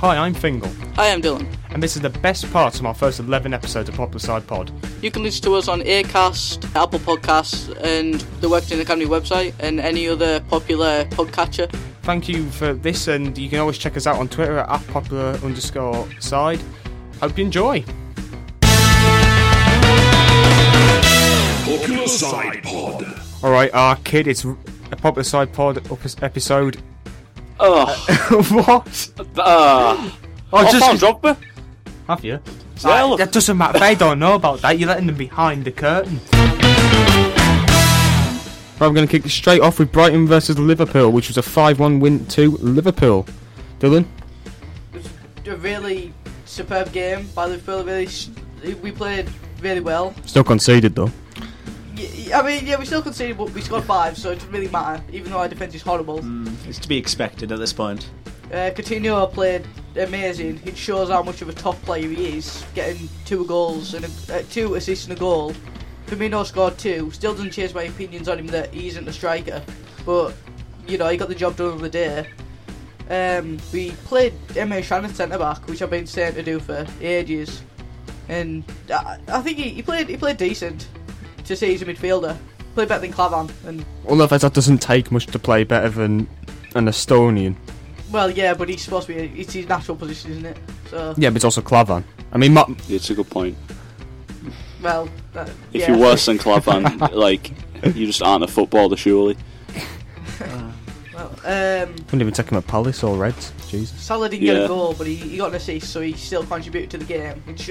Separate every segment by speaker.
Speaker 1: Hi, I'm Fingal,
Speaker 2: I am Dylan.
Speaker 1: and this is the best part of our first 11 episodes of Popular Side Pod.
Speaker 2: You can listen to us on Aircast, Apple Podcasts, and the Webton Academy website, and any other popular podcatcher.
Speaker 1: Thank you for this, and you can always check us out on Twitter at, at popular underscore side. Hope you enjoy.
Speaker 3: Popular Side Pod.
Speaker 1: All right, our kid, it's a Popular Side Pod up- episode.
Speaker 4: Oh,
Speaker 1: what?
Speaker 4: uh,
Speaker 1: Oh,
Speaker 4: I found Drogba.
Speaker 1: have you?
Speaker 4: Yeah, look.
Speaker 1: That doesn't matter. They don't know about that. You're letting them behind the curtain. Right, I'm going to kick it straight off with Brighton versus Liverpool, which was a 5-1 win to Liverpool. Dylan,
Speaker 2: A really superb game by Liverpool. Really, s- we played really well.
Speaker 1: still conceded though.
Speaker 2: Y- I mean, yeah, we still conceded, but we scored five, so it doesn't really matter. Even though our defense is horrible,
Speaker 5: It's to be expected at this point.
Speaker 2: uh, Coutinho played amazing. It shows how much of a top player he is, getting two goals and a, uh, two assists and a goal. Firmino scored two. Still doesn't change my opinions on him that he isn't a striker, but you know he got the job done on the day. Um, we played Emma Shannon centre back, which I've been saying to do for ages, and I, I think he, he played he played decent. To say he's a midfielder, played better than Clavan, and
Speaker 1: Although that doesn't take much to play better than an Estonian.
Speaker 2: well, yeah, but he's supposed to be it's his natural position, isn't it? So
Speaker 1: Yeah, but it's also Clavan. I mean, Ma-
Speaker 4: It's a good point.
Speaker 2: Well, that,
Speaker 4: If
Speaker 2: yeah.
Speaker 4: you're worse than Klavan, like you just aren't a footballer, surely.
Speaker 2: Well, um,
Speaker 1: wouldn't even take him at Palace or Reds. Jesus.
Speaker 2: Salah didn't get
Speaker 4: Yeah.
Speaker 2: a goal, but he, he got an assist, so he still contributed to the game. It sh-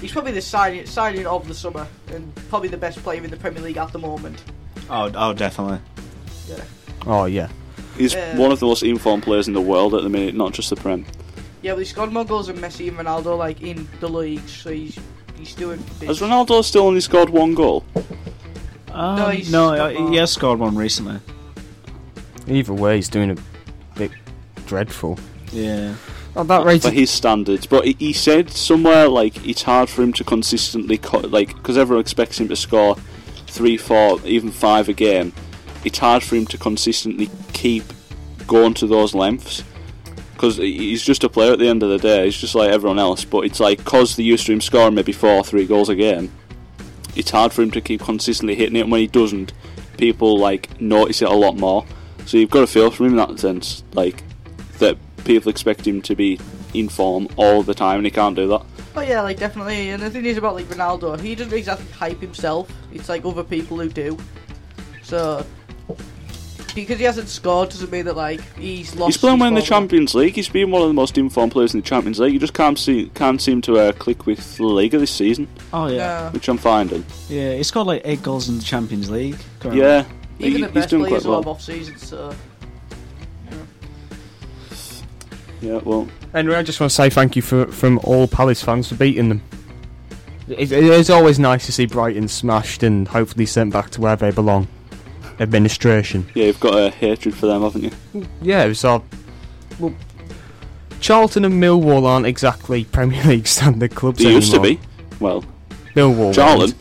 Speaker 2: he's probably the signing signing of the summer, and probably the best player in the Premier League at the moment.
Speaker 5: Oh, oh, definitely.
Speaker 2: Yeah,
Speaker 1: Oh yeah.
Speaker 4: He's
Speaker 2: Yeah.
Speaker 4: one of the most informed players in the world at the minute, not just the Prem.
Speaker 2: yeah, but he scored more goals than Messi and Ronaldo, like in the league. So he's he's doing.
Speaker 4: Has Ronaldo still only scored one goal?
Speaker 5: Um,
Speaker 2: No,
Speaker 5: no,
Speaker 2: he's
Speaker 5: uh,
Speaker 2: got-
Speaker 5: he has scored one recently.
Speaker 1: Either way, he's doing a bit dreadful.
Speaker 5: Yeah.
Speaker 1: At that rate,
Speaker 4: For his standards, but he, he said somewhere like it's hard for him to consistently co- like because everyone expects him to score three, four, even five a game. It's hard for him to consistently keep going to those lengths because he's just a player at the end of the day. He's just like everyone else, but it's like because they're used to him scoring maybe four, or three goals a game. It's hard for him to keep consistently hitting it, and when he doesn't, people like notice it a lot more. So you've got to feel for him in that sense, like that people expect him to be in form all the time, and he can't do that.
Speaker 2: Oh yeah, like definitely. And the thing is about like Ronaldo, he doesn't exactly hype himself. It's like other people who do. So because he hasn't scored doesn't mean that like he's lost.
Speaker 4: He's playing
Speaker 2: his
Speaker 4: well in the
Speaker 2: formula.
Speaker 4: Champions League. He's been one of the most informed players in the Champions League. You just can't see, can't seem to uh, click with the Liga this season,
Speaker 5: Oh, yeah.
Speaker 2: No.
Speaker 4: which I'm finding.
Speaker 5: Yeah, he scored like eight goals in the Champions League. currently.
Speaker 4: Yeah,
Speaker 2: Even
Speaker 4: he-
Speaker 2: the
Speaker 4: he's
Speaker 2: best
Speaker 4: doing
Speaker 2: players
Speaker 4: quite
Speaker 2: are
Speaker 4: well.
Speaker 2: off season, so
Speaker 4: Yeah, well,
Speaker 1: anyway, I just want to say thank you for from all Palace fans for beating them. It, it is always nice to see Brighton smashed and hopefully sent back to where they belong. Administration.
Speaker 4: yeah, you've got a hatred for them, haven't you?
Speaker 1: Yeah, it was our. Well, Charlton and Millwall aren't exactly Premier League standard clubs
Speaker 4: They used to
Speaker 1: anymore.
Speaker 4: be. Well,
Speaker 1: Millwall.
Speaker 4: Charlton.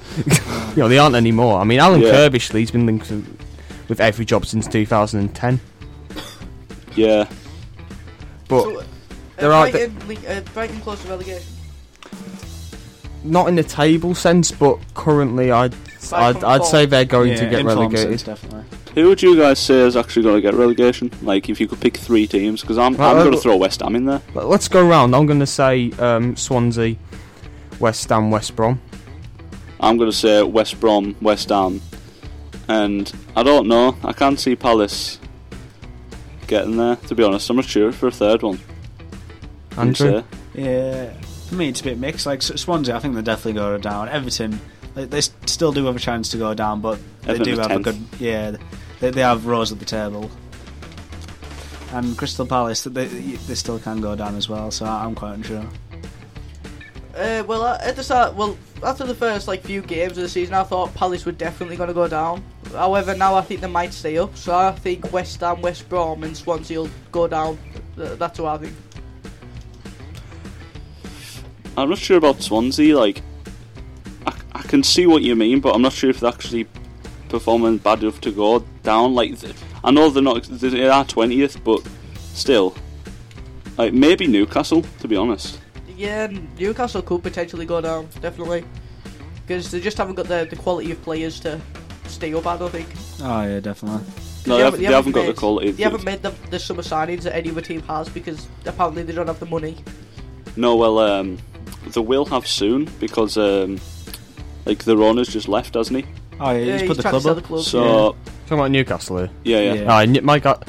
Speaker 1: You know, they aren't anymore. I mean, Alan
Speaker 4: Yeah.
Speaker 1: Kirbishley has been linked to, with every job since 2010.
Speaker 4: Yeah,
Speaker 1: But
Speaker 2: So, uh,
Speaker 1: There are
Speaker 2: Brighton, le- uh, Brighton close to relegation.
Speaker 1: not in the table sense, but currently I'd,
Speaker 2: Five
Speaker 1: I'd,
Speaker 2: from
Speaker 1: I'd
Speaker 2: four.
Speaker 1: say they're going to
Speaker 5: Yeah,
Speaker 1: get
Speaker 5: in form
Speaker 1: relegated.
Speaker 5: since, definitely.
Speaker 4: who would you guys say is actually going to get relegation? Like, if you could pick three teams, because I'm,
Speaker 1: Well,
Speaker 4: I'm
Speaker 1: uh,
Speaker 4: going to
Speaker 1: well-
Speaker 4: throw West Ham in there.
Speaker 1: But let's go round. I'm going to say um, Swansea, West Ham, West Brom.
Speaker 4: I'm going to say West Brom, West Ham, and I don't know. I can't see Palace getting there. To be honest, I'm not sure for a third one. You'd
Speaker 1: Andrew?
Speaker 4: say?
Speaker 5: Yeah. For me, it's a bit mixed. Like S- Swansea, I think they're definitely going down. Everton, like, they s- still do have a chance to go down, but they
Speaker 4: Everton
Speaker 5: do
Speaker 4: was
Speaker 5: have a
Speaker 4: 10th.
Speaker 5: good. Yeah, they, they have rows at the table. And Crystal Palace, they, they still can go down as well. So I'm quite unsure.
Speaker 2: Uh, well, uh, at the start, well, after the first like few games of the season, I thought Palace were definitely going to go down. However, now I think they might stay up. So I think West Ham, West Brom, and Swansea will go down. Th- That's what I think.
Speaker 4: I'm not sure about Swansea. Like, I, I can see what you mean, but I'm not sure if they're actually performing bad enough to go down. Like, th- I know they're not. They are twentieth, but still,
Speaker 6: Like maybe Newcastle, to be honest.
Speaker 2: Yeah, Newcastle could potentially go down, definitely. Because they just haven't got the, the quality of players to stay up, I don't think. 'Cause
Speaker 5: Oh yeah, definitely.
Speaker 6: No, they, haven't, they haven't got the
Speaker 2: made-
Speaker 6: quality.
Speaker 2: They haven't made the, the summer signings that any other team has because apparently they don't have the money.
Speaker 6: No, well, um, they will have soon because um, like their owner's just left, hasn't he?
Speaker 5: Oh yeah,
Speaker 2: Yeah,
Speaker 5: he's
Speaker 2: he's
Speaker 5: put the
Speaker 2: trying to
Speaker 5: club
Speaker 2: sell
Speaker 5: up.
Speaker 2: the club.
Speaker 6: So
Speaker 1: Talking about Newcastle here.
Speaker 6: yeah, yeah,
Speaker 5: Yeah.
Speaker 1: Aye, Ni- my God.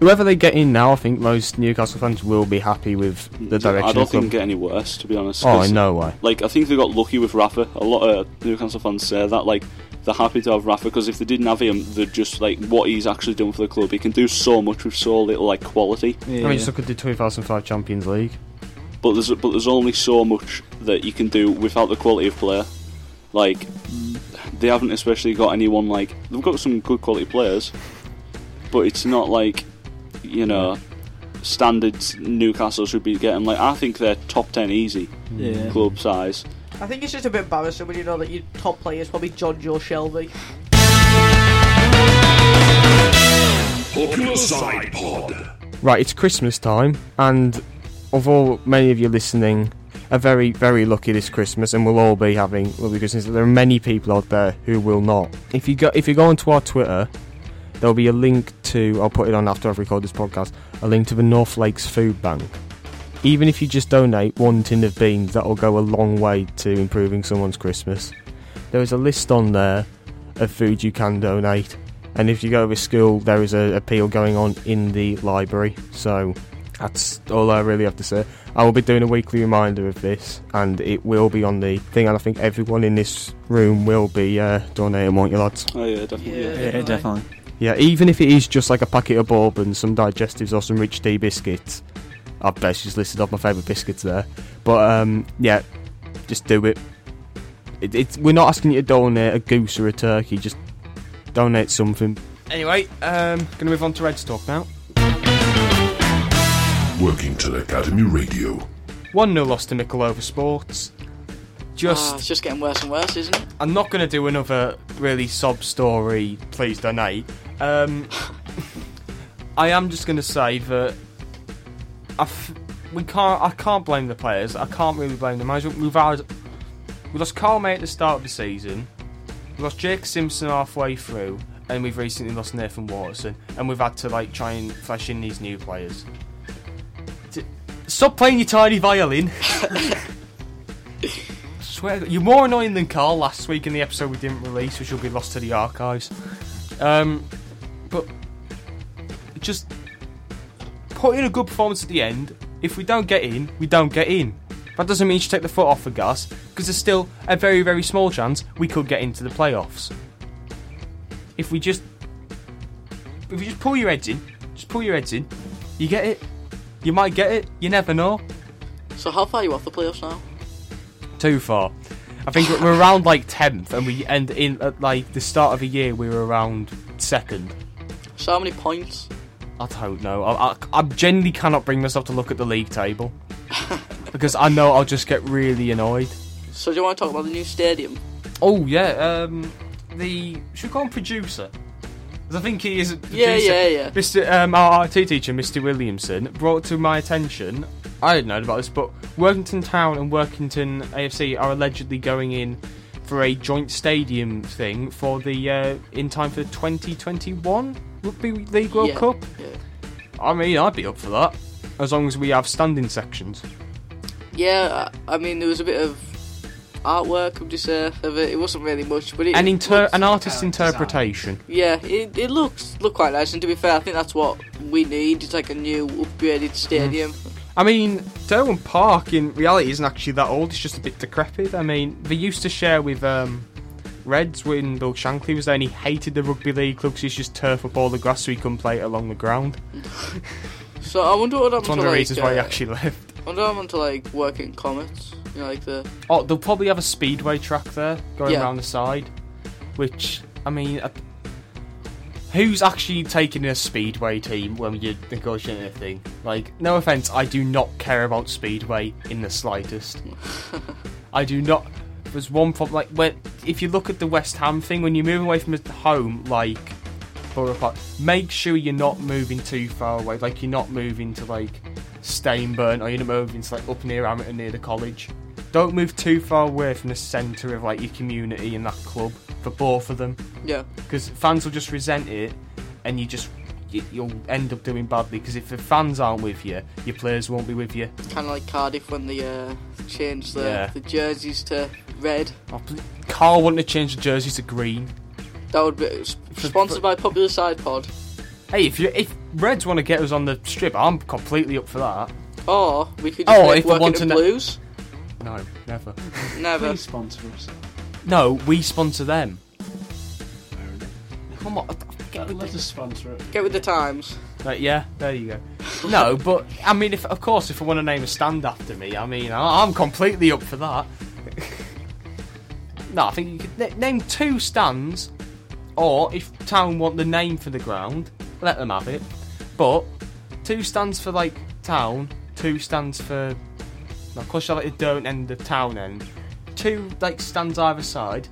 Speaker 1: Whoever they get in now, I think most Newcastle fans will be happy with the direction
Speaker 6: I
Speaker 1: of
Speaker 6: don't
Speaker 1: the
Speaker 6: think it
Speaker 1: club.
Speaker 6: get any worse, to be honest.
Speaker 1: Oh,
Speaker 6: 'cause,
Speaker 1: no way.
Speaker 6: Like I think they got lucky with Rafa. A lot of Newcastle fans say that like they're happy to have Rafa because if they didn't have him, they're just like what he's actually done for the club. He can do so much with so little like quality.
Speaker 5: Yeah.
Speaker 1: I mean, just look at the 2005 Champions League.
Speaker 6: but there's but there's only so much that you can do without the quality of player. Like they haven't especially got anyone like they've got some good quality players, but it's not like you know standard Newcastle should be getting. Like I think they're top ten easy
Speaker 5: yeah.
Speaker 6: club size.
Speaker 2: I think it's just a bit embarrassing when you know that your top player is probably John Joe Shelby.
Speaker 7: Popular Side Pod.
Speaker 1: Right, it's Christmas time, and although many of you listening are very, very lucky this Christmas, and we'll all be having lovely Christmas, there are many people out there who will not. If you go, if you go onto our Twitter, there'll be a link to. I'll put it on after I've recorded this podcast. A link to the North Lakes Food Bank. Even if you just donate one tin of beans, that'll go a long way to improving someone's Christmas. There is a list on there of food you can donate. And if you go to school, there is a appeal going on in the library. So that's all I really have to say. I will be doing a weekly reminder of this, and it will be on the thing. And I think everyone in this room will be uh, donating, won't you, lads?
Speaker 6: Oh yeah, definitely. Yeah.
Speaker 2: Yeah.
Speaker 5: Yeah, definitely.
Speaker 1: Yeah, even if it is just like a packet of bourbon, some digestives, or some rich tea biscuits. I've best just listed off my favourite biscuits there. But um, yeah, just do it. it it's, we're not asking you to donate a goose or a turkey, just donate something. Anyway, um, gonna move on to Red's Talk now.
Speaker 7: Workington Academy Radio.
Speaker 1: 1 0 loss to Mickle Sports.
Speaker 8: Ah, it's just getting worse and worse, isn't it?
Speaker 1: I'm not going to do another really sob story, please donate. Um, I am just going to say that I f- we can't. I can't blame the players. I can't really blame the management. We've had we lost Carl May at the start of the season. We lost Jake Simpson halfway through, and we've recently lost Nathan Watson. And we've had to like try and flesh in these new players. D- Stop playing your tiny violin. Swear, to- you're more annoying than Carl last week in the episode we didn't release, which will be lost to the archives. Um, but just put in a good performance at the end. If we don't get in, we don't get in. That doesn't mean you should take the foot off the gas, because there's still a very, very small chance we could get into the playoffs. If we just, if you just pull your heads in, just pull your heads in, you get it. You might get it. You never know
Speaker 8: So how far are you off the playoffs now?
Speaker 1: too far. I think we're around like tenth, and we end in at like the start of the year we were around second.
Speaker 8: So how many points?
Speaker 1: I don't know. I, I, I genuinely cannot bring myself to look at the league table because I know I'll just get really annoyed.
Speaker 8: So do you want to talk about the new stadium?
Speaker 1: Oh yeah, um, the should we call him producer? 'Cause I think he is. a Producer.
Speaker 8: Yeah, yeah, yeah.
Speaker 1: Mr. Um, our IT teacher, Mr. Williamson, brought to my attention. I hadn't known about this, but Workington Town and Workington AFC are allegedly going in for a joint stadium thing for the uh, in time for the 2021 Rugby League World
Speaker 8: yeah.
Speaker 1: Cup.
Speaker 8: Yeah.
Speaker 1: I mean, I'd be up for that as long as we have standing sections.
Speaker 8: Yeah, I I mean there was a bit of artwork, would you say, of it. It wasn't really much, but it
Speaker 1: An inter-
Speaker 8: looked-
Speaker 1: an artist's
Speaker 5: Design.
Speaker 1: interpretation.
Speaker 8: yeah, it, it looks look quite nice. And to be fair, I think that's what we need. It's like a new
Speaker 1: Mm.
Speaker 8: upgraded stadium.
Speaker 1: I mean, Derwent Park in reality isn't actually that old. It's just a bit decrepit. I mean, they used to share with um, Reds when Bill Shankly was there, and he hated the rugby league club because he used to just turf up all the grass so he couldn't play it along the ground.
Speaker 8: So I wonder what
Speaker 1: It's
Speaker 8: happened
Speaker 1: one
Speaker 8: to
Speaker 1: of the
Speaker 8: like.
Speaker 1: reasons why he
Speaker 8: uh,
Speaker 1: actually left.
Speaker 8: I wonder what happened to like working comets. You know, like the
Speaker 1: Oh, they'll probably have a speedway track there going
Speaker 8: Yeah.
Speaker 1: around the side, which I mean, I- who's actually taking a speedway team when you're negotiating a thing? Like, no offense, I do not care about speedway in the slightest. I do not. There's one problem. Like, when if you look at the West Ham thing, when you move away from home, like Borough Park, make sure you're not moving too far away. Like, you're not moving to like Stainburn, or you know, moving to like up near Hamerton, near the college. Don't move too far away from the centre of like your community and that club for both of them,
Speaker 8: Yeah.
Speaker 1: because fans will just resent it, and you just you- you'll end up doing badly. Because if the fans aren't with you, your players won't be with you.
Speaker 8: Kind of like Cardiff when they uh, changed the,
Speaker 1: Yeah.
Speaker 8: the jerseys to red.
Speaker 1: Oh, pl- Carl wanted to change the jerseys to green.
Speaker 8: That would be s- sponsored by Popular Side Pod.
Speaker 1: Hey, if you if Reds want to get us on the strip, I'm completely up for that.
Speaker 8: Or we could just
Speaker 1: Oh,
Speaker 8: make
Speaker 1: if they
Speaker 8: working
Speaker 1: want
Speaker 8: at
Speaker 1: to kn-
Speaker 8: blues.
Speaker 1: No, never.
Speaker 8: Never.
Speaker 5: Please sponsor us.
Speaker 1: No, we sponsor them. Come on, get with
Speaker 5: Let
Speaker 1: the-
Speaker 5: us sponsor it.
Speaker 8: Get with the times.
Speaker 1: Right, yeah, there you go. No, but I mean, if of course, if I want to name a stand after me, I mean, I, I'm completely up for that. no, I think you could na- name two stands, or if town want the name for the ground, let them have it. But two stands for like town, two stands for. no, Of course, you like the don't end, the town end. Two like stands either side.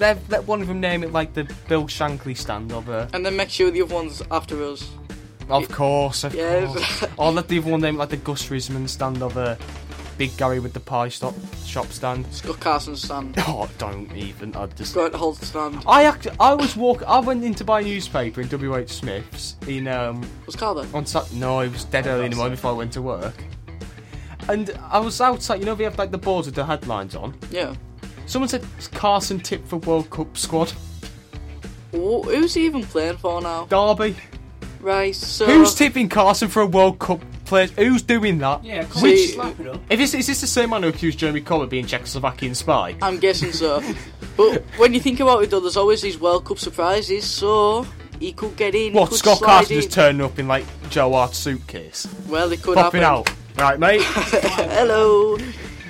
Speaker 1: Let, let one of them name it like the Bill Shankly stand or the
Speaker 8: And then make sure the other one's after us.
Speaker 1: of course, of
Speaker 8: Yes.
Speaker 1: course. Or let the other one name like the Gus Risman stand or the Big Gary with the pie stop shop stand.
Speaker 8: It's got Carson stand.
Speaker 1: Oh, don't even. I just.
Speaker 8: Grant Holt stand.
Speaker 1: I act. I was walk. I went in to buy a newspaper in W H Smiths in um
Speaker 8: Was Carl there?
Speaker 1: on Sat. No, it was dead early in the morning before I went to work. And I was outside. You know, they have like the boards with the headlines on.
Speaker 8: Yeah.
Speaker 1: Someone said Carson tip for World Cup squad.
Speaker 8: Wh- who's he even playing for now?
Speaker 1: Derby.
Speaker 8: Right, so.
Speaker 1: Who's tipping Carson for a World Cup player? Who's doing that?
Speaker 5: Yeah,
Speaker 8: on, See- slap
Speaker 5: it up.
Speaker 1: If this, is this the same man who accused Jeremy Corbyn of being Czechoslovakian spy?
Speaker 8: I'm guessing so. but when you think about it, though, there's always these World Cup surprises, so he could get in. he
Speaker 1: What,
Speaker 8: could
Speaker 1: Scott
Speaker 8: slide
Speaker 1: Carson
Speaker 8: in.
Speaker 1: just turning up in like Joe Hart's suitcase?
Speaker 8: Well, it could
Speaker 1: Popping
Speaker 8: happen.
Speaker 1: out. Right, mate.
Speaker 8: Hello.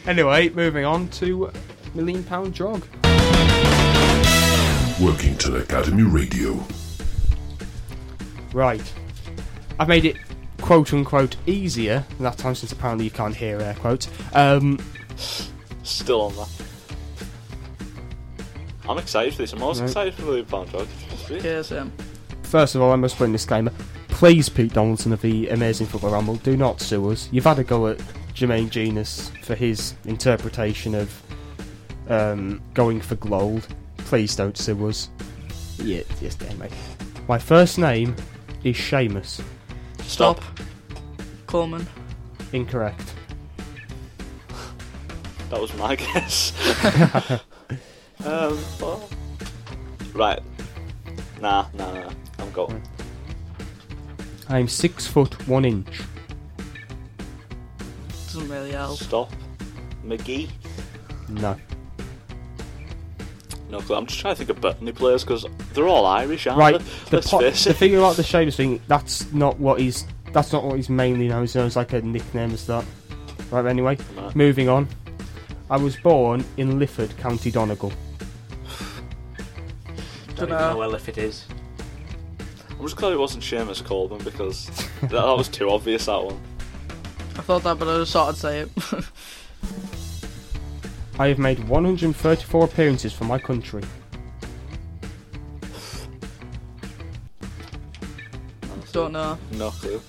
Speaker 1: anyway, moving on to Million Pound Drog.
Speaker 7: Working Till Academy Radio.
Speaker 1: Right. I've made it quote unquote easier than that time since apparently you can't hear air quotes. Um,
Speaker 4: Still on that. I'm excited for this. I'm always excited for the pound dog.
Speaker 2: Yes, um,
Speaker 1: first of all, I must put in a disclaimer. Please, Pete Donaldson of the Amazing Football Ramble, do not sue us. You've had a go at Jermaine Genus for his interpretation of um, going for gold. Please don't sue us. Yeah, yes, damn mate. My first name is Seamus.
Speaker 4: Stop.
Speaker 2: Coleman.
Speaker 1: Incorrect.
Speaker 4: That was my guess. um, well, right. Nah, nah, nah. I'm going.
Speaker 1: I'm six foot one inch.
Speaker 2: Doesn't really
Speaker 1: Oh.
Speaker 2: help.
Speaker 4: Stop. McGee.
Speaker 1: No.
Speaker 4: No, clue. I'm just trying to think of Burnley players because they're all Irish, aren't
Speaker 1: Right.
Speaker 4: they?
Speaker 1: The,
Speaker 4: Let's
Speaker 1: po-
Speaker 4: face
Speaker 1: the
Speaker 4: it.
Speaker 1: thing about the Seamus thing, that's not what he's. That's not what he's mainly known. He's known as like a nickname as that. Right. Anyway,
Speaker 4: Right.
Speaker 1: moving on. I was born in Lifford, County Donegal.
Speaker 9: Don't even
Speaker 2: Dunno.
Speaker 9: know well if it is.
Speaker 4: I'm just glad it wasn't Seamus Coleman because that, that was too obvious. That one.
Speaker 2: I thought that, but I just thought I'd say it.
Speaker 1: I have made 134 appearances for my country.
Speaker 2: Don't know.
Speaker 4: No clue.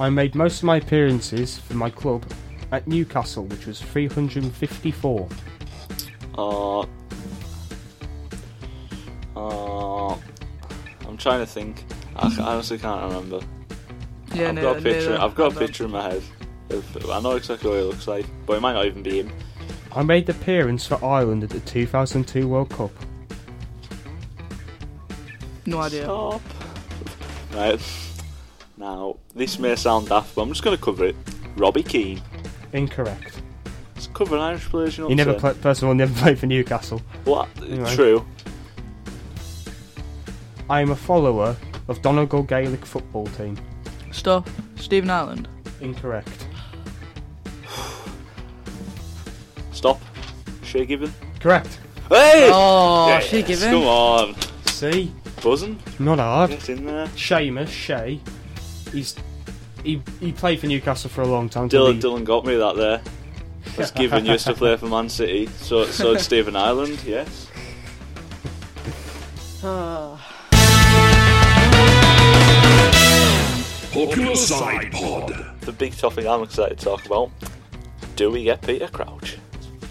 Speaker 1: I made most of my appearances for my club at Newcastle, which was 354.
Speaker 4: Uh, uh, I'm trying to think. I, c- I honestly can't remember.
Speaker 2: Yeah,
Speaker 4: I've
Speaker 2: no,
Speaker 4: got a
Speaker 2: no,
Speaker 4: picture.
Speaker 2: no,
Speaker 4: I've got a
Speaker 2: hold on.
Speaker 4: picture in my head. Of, I know exactly what he looks like, but it might not even be him.
Speaker 1: I made the appearance for Ireland at the 2002 World Cup.
Speaker 2: No idea.
Speaker 4: Stop. Right. Now, this may sound daft, but I'm just going to cover it. Robbie Keane.
Speaker 1: Incorrect.
Speaker 4: It's cover an Irish players, you know
Speaker 1: He
Speaker 4: what I'm
Speaker 1: never
Speaker 4: saying?
Speaker 1: played. First of all, never played for Newcastle.
Speaker 4: What?
Speaker 1: Anyway.
Speaker 4: True.
Speaker 1: I am a follower of Donegal Gaelic football team.
Speaker 2: Stop. Stephen Island.
Speaker 1: Incorrect.
Speaker 4: Stop. Shea Given.
Speaker 1: Correct.
Speaker 4: Hey!
Speaker 2: Oh,
Speaker 4: Yes,
Speaker 2: she given.
Speaker 4: Come on.
Speaker 1: See,
Speaker 4: Buzzing.
Speaker 1: not hard.
Speaker 4: Get in there.
Speaker 1: Seamus Shea. He's he he played for Newcastle for a long time. till
Speaker 4: Dylan,
Speaker 1: he-
Speaker 4: Dylan got me that there. That's given used to play for Man City. So, so did Stephen Ireland, yes.
Speaker 7: Popular Side Pod.
Speaker 4: The big topic I'm excited to talk about. Do we get Peter Crouch?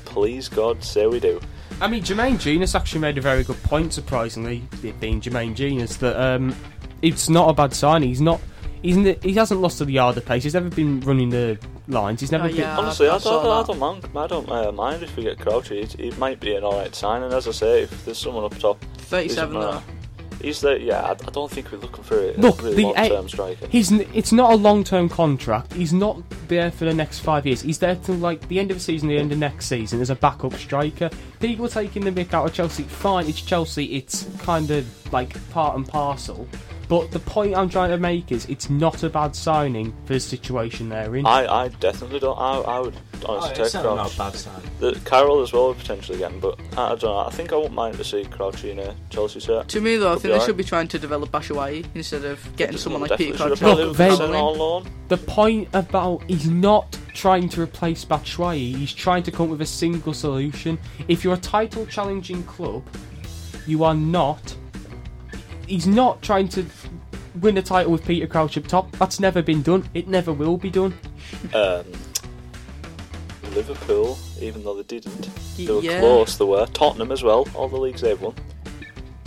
Speaker 4: Please God, say we do.
Speaker 1: I mean, Jermaine Genius actually made a very good point, surprisingly, it being Jermaine Genius, that um, it's not a bad signing. He's not. He's n he hasn't lost to the yard of pace. He's never been running the lines. He's never
Speaker 8: Oh,
Speaker 1: been.
Speaker 8: yeah,
Speaker 4: Honestly, I,
Speaker 8: I
Speaker 4: don't, I
Speaker 8: saw
Speaker 4: don't mind. I don't uh, mind if we get Crouch. It, it might be an alright sign, and as I say, if there's someone up top,
Speaker 8: that. 37
Speaker 4: isn't
Speaker 8: though.
Speaker 4: there? He's there. Yeah, I, I don't think we're looking for a
Speaker 1: Look,
Speaker 4: really
Speaker 1: the eh,
Speaker 4: long-term
Speaker 1: eight-
Speaker 4: striker.
Speaker 1: He's n- it's not a long term contract. He's not there for the next five years. He's there till like the end of the season, the end of next season as a backup striker. People are taking the mick out of Chelsea. Fine, it's Chelsea. It's kind of like part and parcel. But the point I'm trying to make is it's not a bad signing for the situation they're in.
Speaker 4: I, I definitely don't. I, I would
Speaker 8: Oh,
Speaker 4: honestly
Speaker 5: it's
Speaker 4: take
Speaker 5: not, not
Speaker 4: Crouch.
Speaker 5: a bad sign.
Speaker 4: The Carroll as well would potentially get him, but I, I don't know. I think I wouldn't mind to see Crouch in a Chelsea shirt.
Speaker 8: To me, though,
Speaker 4: Could
Speaker 8: I
Speaker 4: be
Speaker 8: think they
Speaker 4: alright.
Speaker 8: should be trying to develop Bashawai instead of getting someone like
Speaker 4: Definitely
Speaker 8: Peter
Speaker 4: should have
Speaker 8: Crouch.
Speaker 4: probably
Speaker 1: Look,
Speaker 4: been
Speaker 1: they-
Speaker 4: sent on loan.
Speaker 1: The point about he's not trying to replace Batshuayi, he's trying to come up with a single solution. If you're a title challenging club, you are not. He's not trying to win a title with Peter Crouch up top. That's never been done. It never will be done.
Speaker 4: um, Liverpool, even though they didn't. They were
Speaker 8: Yeah.
Speaker 4: close, they were. Tottenham as well, all the leagues they've won.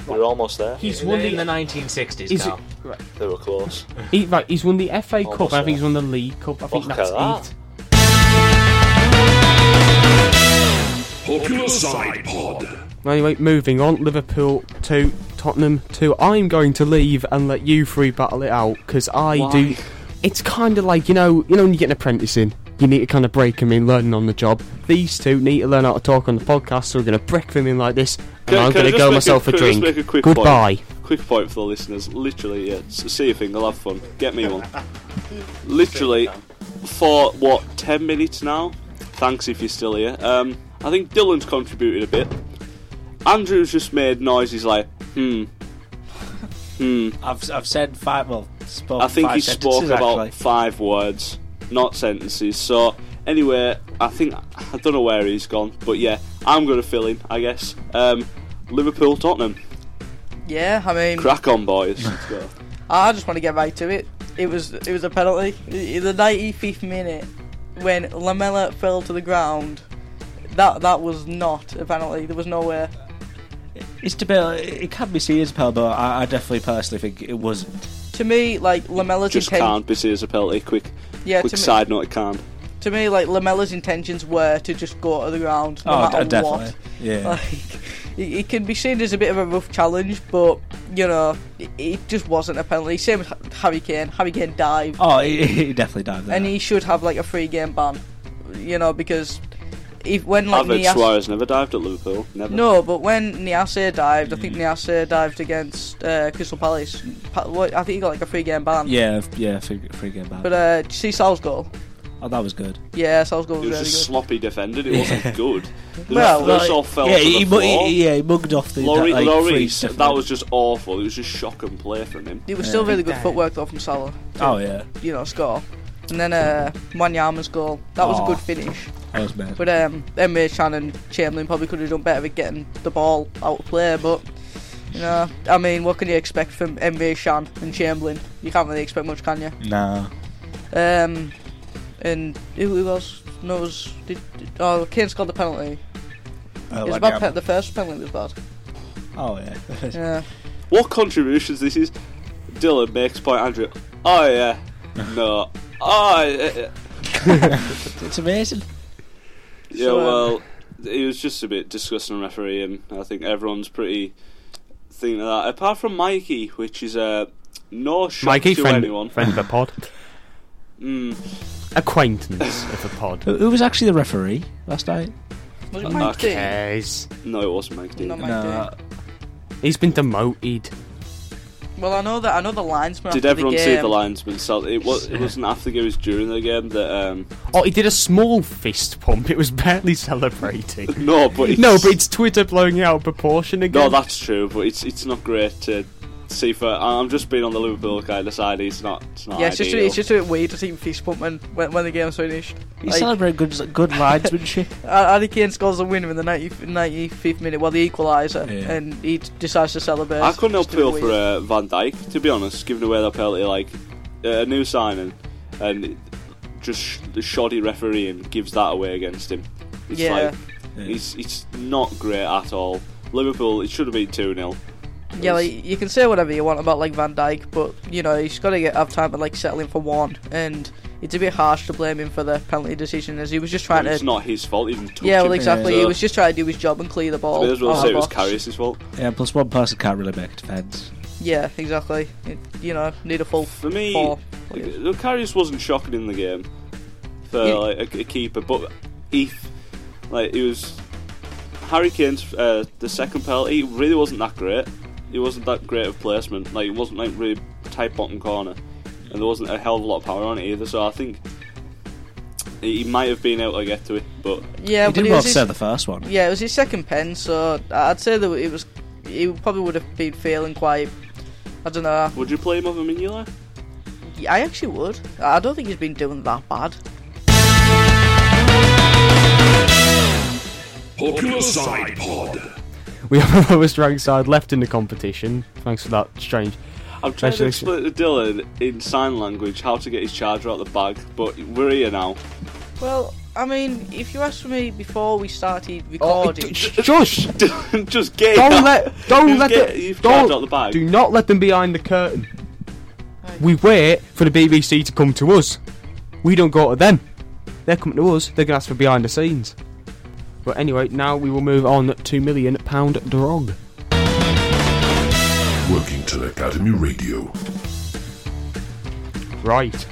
Speaker 4: They were almost there.
Speaker 1: He's
Speaker 10: in
Speaker 1: won
Speaker 10: the, in the
Speaker 1: the.
Speaker 10: 1960s
Speaker 1: Is
Speaker 10: now.
Speaker 1: right,
Speaker 4: They were close.
Speaker 1: he, right, he's won the FA Cup.
Speaker 4: Almost
Speaker 1: and I think
Speaker 4: there.
Speaker 1: he's won the League Cup. I think
Speaker 4: Look
Speaker 1: that's
Speaker 4: at that.
Speaker 1: it.
Speaker 7: Popular Side Pod.
Speaker 1: Anyway, moving on. Liverpool 2, Tottenham 2. I'm going to leave and let you three battle it out because I do. It's kind of like, you know, you know when you get an apprentice in, you need to kind of break them in, learning on the job. These two need to learn how to talk on the podcast, so we're going to break them in like this, and
Speaker 4: Can-
Speaker 1: I'm
Speaker 4: can I
Speaker 1: going to
Speaker 4: just
Speaker 1: go
Speaker 4: make a-
Speaker 1: myself a
Speaker 4: can I just
Speaker 1: drink.
Speaker 4: make a quick point?
Speaker 1: Goodbye.
Speaker 4: Quick point for the listeners literally, yeah, s- see a thing, I'll have fun. Get me one. literally, for what, 10 minutes now? Thanks if you're still here. Um, I think Dylan's contributed a bit. Andrew's just made noises like, hmm, hmm.
Speaker 5: I've, I've said five. Well, spoke
Speaker 4: I think
Speaker 5: five
Speaker 4: he spoke
Speaker 5: sentences,
Speaker 4: about
Speaker 5: actually.
Speaker 4: five words, not sentences. So anyway, I think I don't know where he's gone, but yeah, I'm going to fill in, I guess. Um, Liverpool, Tottenham,
Speaker 8: Yeah, I mean,
Speaker 4: crack on, boys. Let's go.
Speaker 8: I just want to get right to it. It was it was a penalty. I- The 95th minute when Lamella fell to the ground. That that was not a penalty. There was nowhere.
Speaker 5: It's debatable. It can be seen as a penalty, but I, I definitely personally think it wasn't.
Speaker 8: To me, like Lamella's
Speaker 4: Just
Speaker 8: inten-
Speaker 4: can't be seen as a penalty. Quick,
Speaker 8: Yeah,
Speaker 4: quick
Speaker 8: to me-
Speaker 4: side note, it can't.
Speaker 8: To me, like Lamella's intentions were to just go to the ground, no
Speaker 5: oh,
Speaker 8: matter
Speaker 5: d- definitely.
Speaker 8: what.
Speaker 5: Yeah.
Speaker 8: Like it, it can be seen as a bit of a rough challenge, but you know, it, it just wasn't a penalty. Same with Ha- Harry Kane. Harry Kane dived,
Speaker 5: oh, he, he definitely dived there.
Speaker 8: and he should have like a free game ban. You know, because if when like
Speaker 4: I've heard
Speaker 8: Nias-
Speaker 4: Suarez never dived at Liverpool. Never.
Speaker 8: No, but when Niasse dived, I think Niasse dived against uh, Crystal Palace. Pa- what, I think he got like a free game ban.
Speaker 5: yeah, f- yeah, free, free game back.
Speaker 8: But uh, did you see Sal's goal?
Speaker 5: oh, that was good.
Speaker 8: Yeah, Sal's goal
Speaker 4: It
Speaker 8: was
Speaker 4: was
Speaker 8: really
Speaker 4: just
Speaker 8: good.
Speaker 4: sloppy defended. It wasn't good. They just-
Speaker 8: Well,
Speaker 4: they just
Speaker 8: like-
Speaker 4: all fell
Speaker 5: yeah,
Speaker 4: to
Speaker 5: he,
Speaker 4: the
Speaker 5: mu-
Speaker 4: floor.
Speaker 5: he, yeah, he mugged off the
Speaker 4: Laurie,
Speaker 5: that, like, free
Speaker 4: Lloris,
Speaker 5: stuff.
Speaker 4: that was just awful. It was just shock and play from him.
Speaker 8: It was still really good footwork though from Salah. to,
Speaker 5: Oh yeah,
Speaker 8: You know, score. And then uh, Wanyama's goal. That was a
Speaker 5: Aw.
Speaker 4: Oh.
Speaker 8: good finish.
Speaker 5: that was bad.
Speaker 8: But um, Emre Chan and Chamberlain probably could have done better with getting the ball out of play. But you know, I mean, what can you expect from Emre Chan and Chamberlain? You can't really expect much, can you?
Speaker 5: No,
Speaker 8: Um, and who who else knows? Did, did, oh, Kane scored the penalty.
Speaker 5: oh,
Speaker 8: It was a bad pe- the first penalty was bad.
Speaker 5: oh yeah,
Speaker 8: Yeah.
Speaker 4: What contributions this is? Dylan makes point Andrew. Oh yeah, no. Oh yeah,
Speaker 5: it's amazing.
Speaker 4: yeah
Speaker 8: So, um,
Speaker 4: well, it was just a bit disgusting referee, and I think everyone's pretty thinking of that. Apart from Mikey, which is uh, no shock
Speaker 1: Mikey,
Speaker 4: to
Speaker 1: friend,
Speaker 4: anyone.
Speaker 1: friend of the pod.
Speaker 4: Mm,
Speaker 1: Acquaintance of the pod.
Speaker 5: Who, who was actually the referee last night?
Speaker 8: Was it
Speaker 4: Uh,
Speaker 8: Mike
Speaker 4: okay.
Speaker 8: Dean?
Speaker 1: Yes.
Speaker 4: no, it wasn't Mikey. Dean.
Speaker 8: No, Mike
Speaker 5: no,
Speaker 1: He's been demoted.
Speaker 8: Well, I know that I know the linesman.
Speaker 4: Did
Speaker 8: after
Speaker 4: everyone
Speaker 8: the
Speaker 4: see
Speaker 8: game-
Speaker 4: the linesman? So it was. It wasn't after the game. It was during the game that. Um,
Speaker 1: Oh, he did a small fist pump. It was barely celebrating.
Speaker 4: no, but it's,
Speaker 1: no, but it's Twitter blowing it out of proportion
Speaker 4: no,
Speaker 1: again.
Speaker 4: that's true. But it's it's not great to see. For I- I'm just being on the Liverpool kind of side. It's not. It's not
Speaker 8: Yeah, it's just
Speaker 4: ideal.
Speaker 8: it's just a bit weird to see him fist pump when when, when the game's finished.
Speaker 5: He
Speaker 8: Like,
Speaker 5: celebrated good good linesmanship.
Speaker 8: uh, Harry Kane scores a winner in the 90, 95th minute, well, the equaliser,
Speaker 5: Yeah.
Speaker 8: and he d- decides to celebrate.
Speaker 4: I couldn't help
Speaker 8: It's just a
Speaker 4: feel
Speaker 8: bit
Speaker 4: for
Speaker 8: weird.
Speaker 4: uh, Van Dyke, to be honest, giving away that penalty. Like, uh, a new signing, and just sh- the shoddy refereeing gives that away against him. It's
Speaker 2: Yeah.
Speaker 4: like it's it's not great at all. Liverpool, it should have been two 0
Speaker 2: Yeah, like, you can say whatever you want about like Van Dijk, but you know he's got to get have time to like settle in for one, and it's a bit harsh to blame him for the penalty decision as he was just trying
Speaker 4: It's
Speaker 2: to.
Speaker 4: not his fault. Even touch
Speaker 2: Yeah, well,
Speaker 4: him.
Speaker 2: exactly.
Speaker 4: So,
Speaker 2: He was Oh, just trying to do his job and clear the ball.
Speaker 4: May as well
Speaker 2: out
Speaker 4: uh, say
Speaker 2: of
Speaker 4: it
Speaker 2: the
Speaker 4: was
Speaker 2: box.
Speaker 4: Karius' fault.
Speaker 5: Yeah, plus one person can't really make a defence.
Speaker 2: Yeah, exactly. It- you know, need a full
Speaker 4: For me,
Speaker 2: four. players.
Speaker 4: Look, Karius wasn't shocking in the game for
Speaker 2: Yeah.
Speaker 4: like a, a keeper, but he like it was Harry Kane's uh, the second penalty. He really wasn't that great. It wasn't that great of placement. Like it wasn't like really tight bottom corner, and there wasn't a hell of a lot of power on it either. So I think he might have been able to get to it, but
Speaker 2: Yeah,
Speaker 5: he
Speaker 2: but
Speaker 5: did
Speaker 2: it
Speaker 5: well
Speaker 2: was
Speaker 5: to
Speaker 2: his,
Speaker 5: set the first one.
Speaker 2: yeah, it was his second pen, so I'd say that it was. He probably would have been feeling quite. I don't know.
Speaker 4: would you play him over Mignola?
Speaker 2: I actually would. I don't think he's been doing that bad.
Speaker 7: Popular Side Pod.
Speaker 1: We have the lowest ranked side left in the competition. Thanks for that strange.
Speaker 4: I'm trying to
Speaker 1: Congratulations.
Speaker 4: explain to Dylan in sign language how to get his charger out of the bag, but we're here now.
Speaker 2: Well, I mean, if you asked me before we started
Speaker 1: Oh,
Speaker 2: recording,
Speaker 1: d- sh- Josh,
Speaker 4: just get it out.
Speaker 1: don't let, don't
Speaker 4: Just
Speaker 1: let,
Speaker 4: get-
Speaker 1: the-
Speaker 4: you've charged out the
Speaker 1: don't,
Speaker 4: bag.
Speaker 1: do not let them behind the curtain. We wait for the BBC to come to us. We don't go to them. They're coming to us. They're gonna ask for behind the scenes. But anyway, now we will move on to million pound drog.
Speaker 7: Workington Academy Radio.
Speaker 1: Right.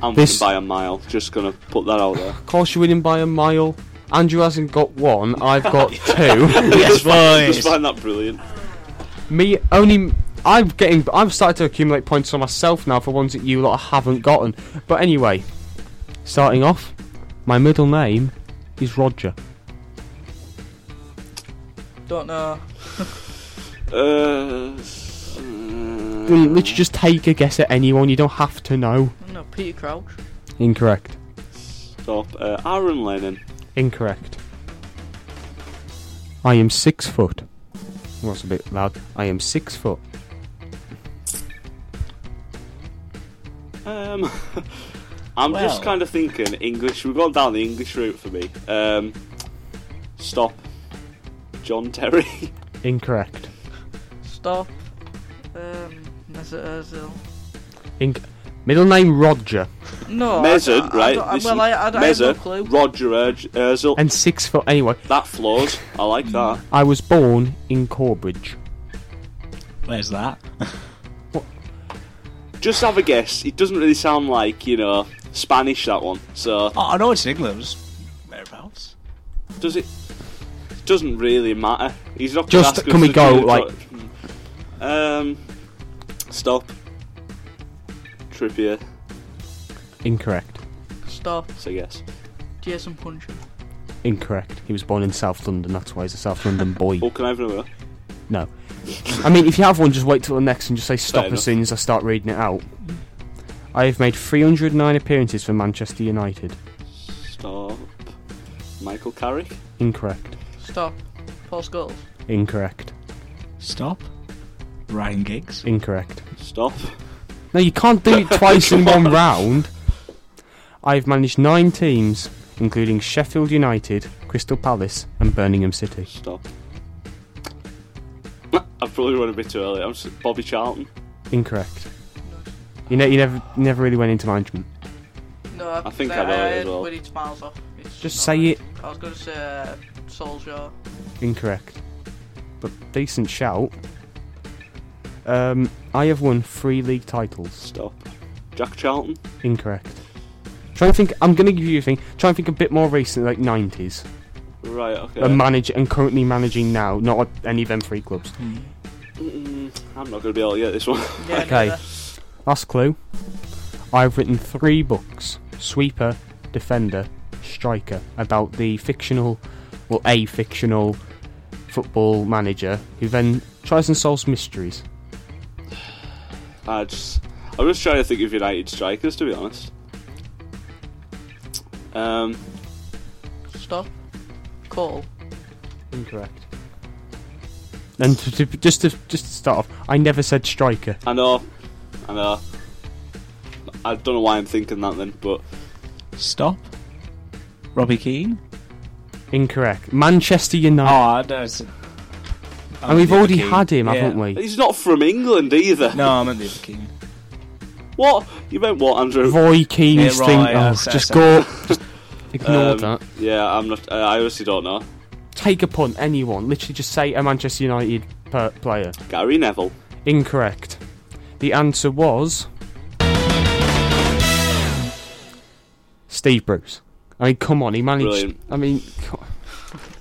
Speaker 4: I'm
Speaker 1: This-
Speaker 4: winning by a mile. Just gonna put that out there.
Speaker 1: Of course, you're winning by a mile. Andrew hasn't got one. I've got two.
Speaker 5: Yes,
Speaker 4: Just
Speaker 5: boys.
Speaker 4: find that brilliant.
Speaker 1: Me only. I'm getting. I've started to accumulate points for myself now for ones that you lot haven't gotten. But anyway, starting off, my middle name is Roger.
Speaker 2: don't know.
Speaker 4: Uh,
Speaker 1: Well, you literally just take a guess at anyone. You don't have to know.
Speaker 2: No, Peter Crouch.
Speaker 1: Incorrect.
Speaker 4: stop. Uh, Aaron Lennon.
Speaker 1: Incorrect. I am six foot. That's a bit loud. I am six foot.
Speaker 4: Um, I'm just kind of thinking English. We've gone down the English route for me. Um, stop. John Terry.
Speaker 1: Incorrect.
Speaker 2: Stop. Um, Mesut Ozil.
Speaker 1: Inc- middle name Roger
Speaker 2: No. Oh, I- I-
Speaker 4: Mezzard,
Speaker 2: I
Speaker 4: right?
Speaker 2: don't- I-
Speaker 4: listen,
Speaker 2: well, I, I, don't- I have no
Speaker 4: Mezzard,
Speaker 2: clue.
Speaker 4: Roger Urge- Urzel.
Speaker 1: and six foot. Anyway,
Speaker 4: that flows. I like that.
Speaker 1: I was born in Corbridge.
Speaker 5: Where's that?
Speaker 4: Just have a guess. It doesn't really sound like you know Spanish that one. So
Speaker 5: Oh, I know it's in England. it's Whereabouts?
Speaker 4: does it? Doesn't really matter. He's not.
Speaker 1: Just-
Speaker 4: gonna ask
Speaker 1: can
Speaker 4: us
Speaker 1: we
Speaker 4: to
Speaker 1: go,
Speaker 4: do-
Speaker 1: like-
Speaker 4: Um. Stop. Trippier.
Speaker 1: Incorrect.
Speaker 2: Stop.
Speaker 4: So guess.
Speaker 2: Jason Puncher.
Speaker 1: Incorrect. He was born in South London. That's why he's a South London boy.
Speaker 4: Oh, can I have another?
Speaker 1: No. I mean, if you have one, just wait till the next and just say stop
Speaker 4: Fair
Speaker 1: as
Speaker 4: enough.
Speaker 1: soon as I start reading it out. I have made 309 appearances for Manchester United.
Speaker 4: Stop. Michael Carrick.
Speaker 1: Incorrect.
Speaker 2: Stop. Paul Scholes.
Speaker 1: Incorrect.
Speaker 5: Stop. Ryan Giggs.
Speaker 1: Incorrect.
Speaker 4: Stop.
Speaker 1: No, you can't do it twice in one round. I've managed nine teams, including Sheffield United, Crystal Palace, and Birmingham City.
Speaker 4: Stop. I probably went a bit too early. I'm s Bobby Charlton.
Speaker 1: Incorrect. You, ne- you never, you never really went into management.
Speaker 2: No,
Speaker 4: I think
Speaker 2: I,
Speaker 4: I know it as
Speaker 2: heard
Speaker 4: well.
Speaker 2: When he smiles off. It's
Speaker 1: Just
Speaker 2: not
Speaker 1: say
Speaker 2: right.
Speaker 1: it.
Speaker 2: I was going to say uh, Solskjaer.
Speaker 1: Incorrect. But decent shout. Um, I have won three league titles.
Speaker 4: Stop. Jack Charlton.
Speaker 1: Incorrect. Try and think. I'm gonna give you a thing. Try and think a bit more recent, like 90s.
Speaker 4: Right. Okay.
Speaker 1: And manage and currently managing now, not at any of them three clubs.
Speaker 4: Mm, I'm not going to be able to get this one.
Speaker 2: Yeah,
Speaker 1: Okay.
Speaker 2: neither.
Speaker 1: Last clue. I've written three books: Sweeper, Defender, Striker, about the fictional, well, a fictional football manager who then tries and solves mysteries.
Speaker 4: I just, I was trying to think of United strikers, to be honest. Um,
Speaker 2: Stop. Call.
Speaker 1: Incorrect. And to, to- just to just to start off, I never said striker.
Speaker 4: I know, I know. I don't know why I'm thinking that then, but
Speaker 5: Stop. Robbie Keane.
Speaker 1: Incorrect. Manchester
Speaker 5: Oh,
Speaker 1: United.
Speaker 5: I don't. Oh,
Speaker 1: and we've already had him, haven't we?
Speaker 4: he's not from England either.
Speaker 5: No, I meant the other Keane.
Speaker 4: What? You meant what, Andrew?
Speaker 1: Roy Keane's
Speaker 5: Yeah, right,
Speaker 1: thing.
Speaker 5: yeah,
Speaker 1: oh,
Speaker 5: so-
Speaker 1: just
Speaker 5: so-
Speaker 1: go. just ignore
Speaker 4: Um,
Speaker 1: that.
Speaker 4: Yeah, I'm not. I I honestly don't know.
Speaker 1: Take a punt, anyone. Literally just say a Manchester United per- player.
Speaker 4: Gary Neville.
Speaker 1: Incorrect. The answer was. Steve Bruce. I mean, come on, he managed.
Speaker 4: Brilliant.
Speaker 1: I mean, co-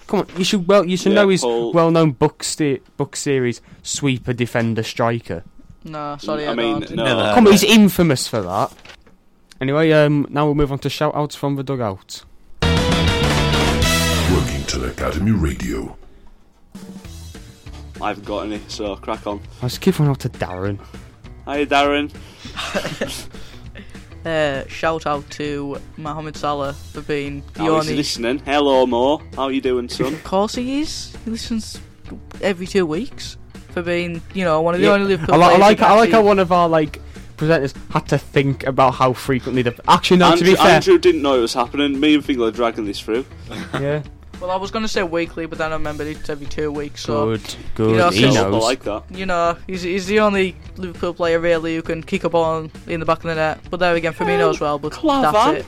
Speaker 1: come on, you should well, you should
Speaker 4: Yeah,
Speaker 1: know his
Speaker 4: Paul-
Speaker 1: well-known book ste- book series sweeper, defender, striker.
Speaker 2: Nah, sorry,
Speaker 4: I
Speaker 2: I,
Speaker 4: mean,
Speaker 2: don't.
Speaker 4: no.
Speaker 5: Never heard.
Speaker 1: Come on, he's infamous for that. Anyway, um, now we'll move on to shout-outs from the dugout.
Speaker 7: Workington Academy Radio.
Speaker 4: I haven't got any, so crack on.
Speaker 1: I just give one out to Darren.
Speaker 4: Hi, Darren.
Speaker 2: Uh, shout out to Mohamed Salah for being the
Speaker 4: How is he
Speaker 2: only.
Speaker 4: listening? Hello, Mo. How you doing, son?
Speaker 2: Of course he is. He listens every two weeks for being, you know, one of the
Speaker 1: Yeah.
Speaker 2: only Liverpool
Speaker 1: I, li- I
Speaker 2: players
Speaker 1: like,
Speaker 2: that
Speaker 1: I like how
Speaker 2: actually-
Speaker 1: one of our like presenters had to think about how frequently the actually no.
Speaker 4: Andrew,
Speaker 1: to be fair,
Speaker 4: Andrew didn't know it was happening. Me and Fingal are dragging this through.
Speaker 1: yeah,
Speaker 2: Well, I was going to say weekly, but then I remembered it's every two weeks. So
Speaker 1: good, good.
Speaker 2: know,
Speaker 1: he
Speaker 2: so-
Speaker 1: knows.
Speaker 4: I like that.
Speaker 2: you know, he's, he's the only Liverpool player really who can kick a ball in the back of the net. But there again, Firmino as well. But
Speaker 4: Clavan.
Speaker 2: that's it.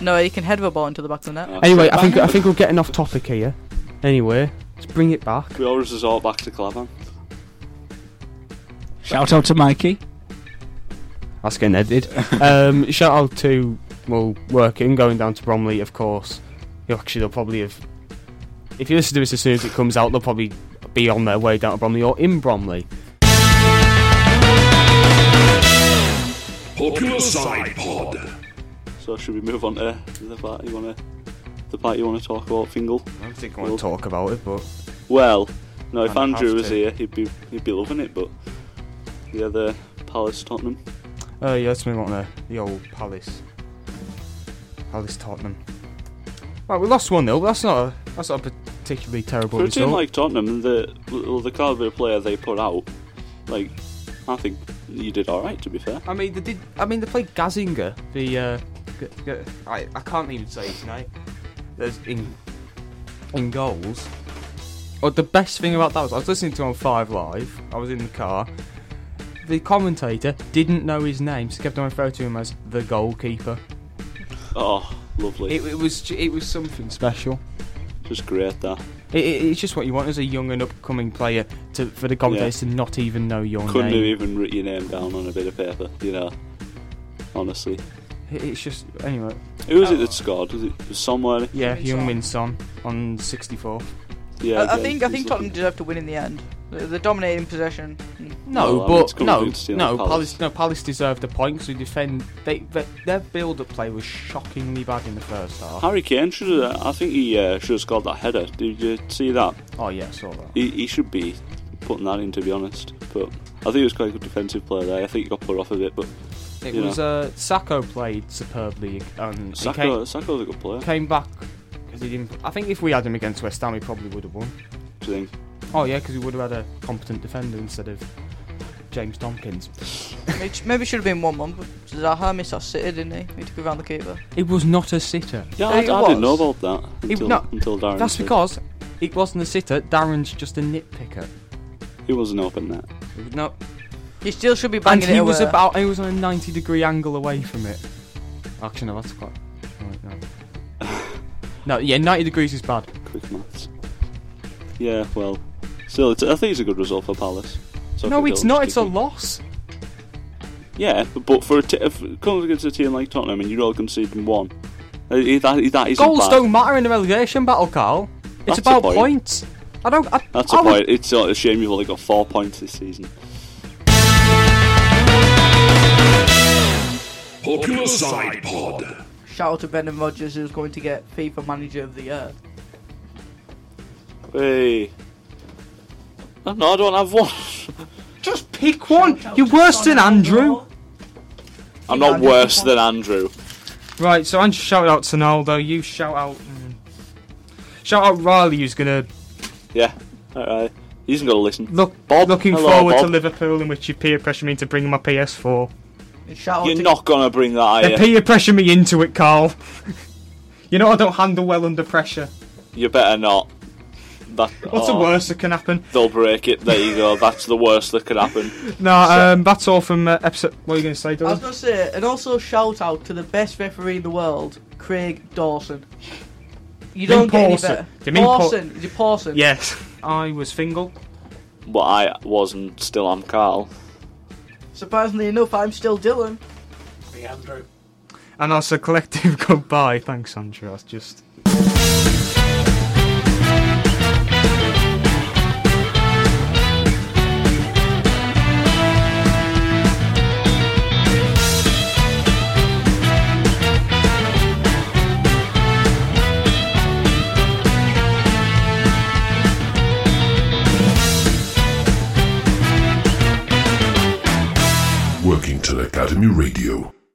Speaker 2: No, he can head the ball into the back of the net.
Speaker 4: Oh,
Speaker 1: Anyway,
Speaker 4: shit,
Speaker 1: I think
Speaker 4: bang.
Speaker 1: I think we're getting off topic here. Anyway, let's bring it back.
Speaker 4: we always resort back to Clavan.
Speaker 5: Shout out to Mikey.
Speaker 1: That's getting edited. um, shout out to well, working going down to Bromley, of course. You actually they'll probably have. If you listen to this as soon as it comes out, they'll probably be on their way down to Bromley or in Bromley.
Speaker 7: Popular Side Pod.
Speaker 4: So should we move on to the part you want to the part you want to talk about, Fingal?
Speaker 1: I don't think I
Speaker 4: wanna
Speaker 1: want to talk about it, but
Speaker 4: Well, no, if
Speaker 1: Kinda
Speaker 4: Andrew
Speaker 1: have
Speaker 4: was
Speaker 1: to.
Speaker 4: here, he'd be he'd be loving it. But yeah, the Palace Tottenham.
Speaker 1: uh, yeah, let's move on to the old Palace, Palace Tottenham. Right, we lost one 0 That's not a that's not a particularly terrible
Speaker 4: For a team
Speaker 1: result.
Speaker 4: like Tottenham, the well, the caliber of player they put out, like I think you did all right. To be fair,
Speaker 1: I mean, they did. I mean, they played Gazinger. The uh, g- g- I, I can't even say his name. There's in in goals. Oh, the best thing about that was I was listening to it on Five Live. I was in the car. The commentator didn't know his name, so kept on referring to him as the goalkeeper.
Speaker 4: oh lovely,
Speaker 1: It, it was ju- it was something special.
Speaker 4: just great that.
Speaker 1: It, it, it's just what you want as a young and upcoming player to for the commentators to not even know your
Speaker 4: Couldn't have
Speaker 1: name.
Speaker 4: even written your name down on a bit of paper, you know. Honestly,
Speaker 1: It, it's just anyway.
Speaker 4: who was it
Speaker 2: Oh.
Speaker 4: that scored? Was it somewhere?
Speaker 1: Yeah,
Speaker 2: Min
Speaker 1: Young
Speaker 2: Son.
Speaker 1: Min Son on 64.
Speaker 4: Yeah,
Speaker 2: I, I
Speaker 4: again,
Speaker 2: think I
Speaker 4: he's
Speaker 2: think
Speaker 4: looking-
Speaker 2: Tottenham deserved to win in the end. The, the dominating possession.
Speaker 1: No,
Speaker 4: No, I mean, it's
Speaker 1: but
Speaker 4: coming
Speaker 1: no,
Speaker 4: through to steal
Speaker 1: no,
Speaker 4: Palace.
Speaker 1: Palace. no, Palace deserved a point because we defend. They, they, their build-up play was shockingly bad in the first half.
Speaker 4: Harry Kane should have. I think he uh, should have scored that header. Did you see that?
Speaker 1: oh yeah, I saw that.
Speaker 4: He, he should be putting that in, to be honest. But I think he was quite a good defensive player there. I think he got put off a bit, but
Speaker 1: It
Speaker 4: Yeah.
Speaker 1: was uh, Sacco played superbly and he
Speaker 4: Saka, Saka's a good player.
Speaker 1: came, came back because he didn't. I think if we had him against West Ham, we probably would have won.
Speaker 4: Do you think?
Speaker 1: Oh yeah, because we would have had a competent defender instead of James Tompkins.
Speaker 2: Which maybe should have been one one, but Zaha missed that sitter, didn't he? He took it round the keeper.
Speaker 1: It was not a sitter.
Speaker 4: Yeah,
Speaker 1: It
Speaker 4: I, I didn't know
Speaker 1: was.
Speaker 4: about that until,
Speaker 1: no,
Speaker 4: until Darren.
Speaker 1: That's
Speaker 4: said.
Speaker 1: because it wasn't a sitter. Darren's just a nitpicker.
Speaker 4: he wasn't open that.
Speaker 1: No,
Speaker 2: He still should be
Speaker 1: And
Speaker 2: banging
Speaker 1: he
Speaker 2: it
Speaker 1: was
Speaker 2: away.
Speaker 1: about he was on a ninety degree angle away from it. Actually, no, that's quite. right, no. no, yeah, ninety degrees is bad.
Speaker 4: Quick maths. Yeah, well, still, it's, I think it's a good result for Palace. So
Speaker 1: No,
Speaker 4: if it
Speaker 1: it's
Speaker 4: don't
Speaker 1: not. It's a
Speaker 4: stick it-
Speaker 1: loss.
Speaker 4: Yeah, but for a t- if it comes against a team like Tottenham and you're all conceding one, uh, that, that isn't
Speaker 1: Goals
Speaker 4: bad.
Speaker 1: don't matter in the relegation battle, Carl. It's
Speaker 4: That's a
Speaker 1: about
Speaker 4: point.
Speaker 1: points. I don't. I,
Speaker 4: That's
Speaker 1: I
Speaker 4: a
Speaker 1: would-
Speaker 4: point. It's a shame you've only got four points this season.
Speaker 7: Popular Side Pod.
Speaker 2: Shout out to Brendan Rodgers, who's going to get FIFA Manager of the Year.
Speaker 4: Hey. No, Oh, no, I don't have one.
Speaker 1: Just pick one. You're worse than Andrew.
Speaker 4: I'm not worse than Andrew.
Speaker 1: Right. So Andrew shout out to Naldo. You shout out. mm, Shout out Riley, who's gonna
Speaker 4: Yeah. Alright. He's not gonna listen.
Speaker 1: look
Speaker 4: Bob,
Speaker 1: looking
Speaker 4: hello,
Speaker 1: forward
Speaker 4: Bob.
Speaker 1: to Liverpool, in which you peer pressure me to bring my PS4.
Speaker 2: Shout out
Speaker 4: You're
Speaker 2: to
Speaker 4: not gonna bring that, are
Speaker 1: They
Speaker 4: you?
Speaker 1: peer pressure me into it, Carl. you know I don't handle well under pressure.
Speaker 4: You better not. That,
Speaker 1: What's the
Speaker 4: oh,
Speaker 1: worst that can happen?
Speaker 4: They'll break it. There you go. That's the worst that could happen.
Speaker 1: No, um, that's all from uh, episode. What are you going to say,
Speaker 2: I was
Speaker 1: Dylan?
Speaker 2: gonna say, and also shout out to the best referee in the world, Craig Dawson. You
Speaker 1: mean
Speaker 2: don't get any
Speaker 1: Pawson?
Speaker 2: better.
Speaker 1: Do you mean Paw-
Speaker 2: Pawson? Is it Pawson?
Speaker 1: Yes. I was Fingal.
Speaker 4: But I wasn't. Still, I'm Carl.
Speaker 2: Surprisingly enough, I'm still Dylan.
Speaker 10: Be Andrew.
Speaker 1: And that's a collective goodbye. Thanks, Andrew. That's just.
Speaker 7: Workington Academy Radio.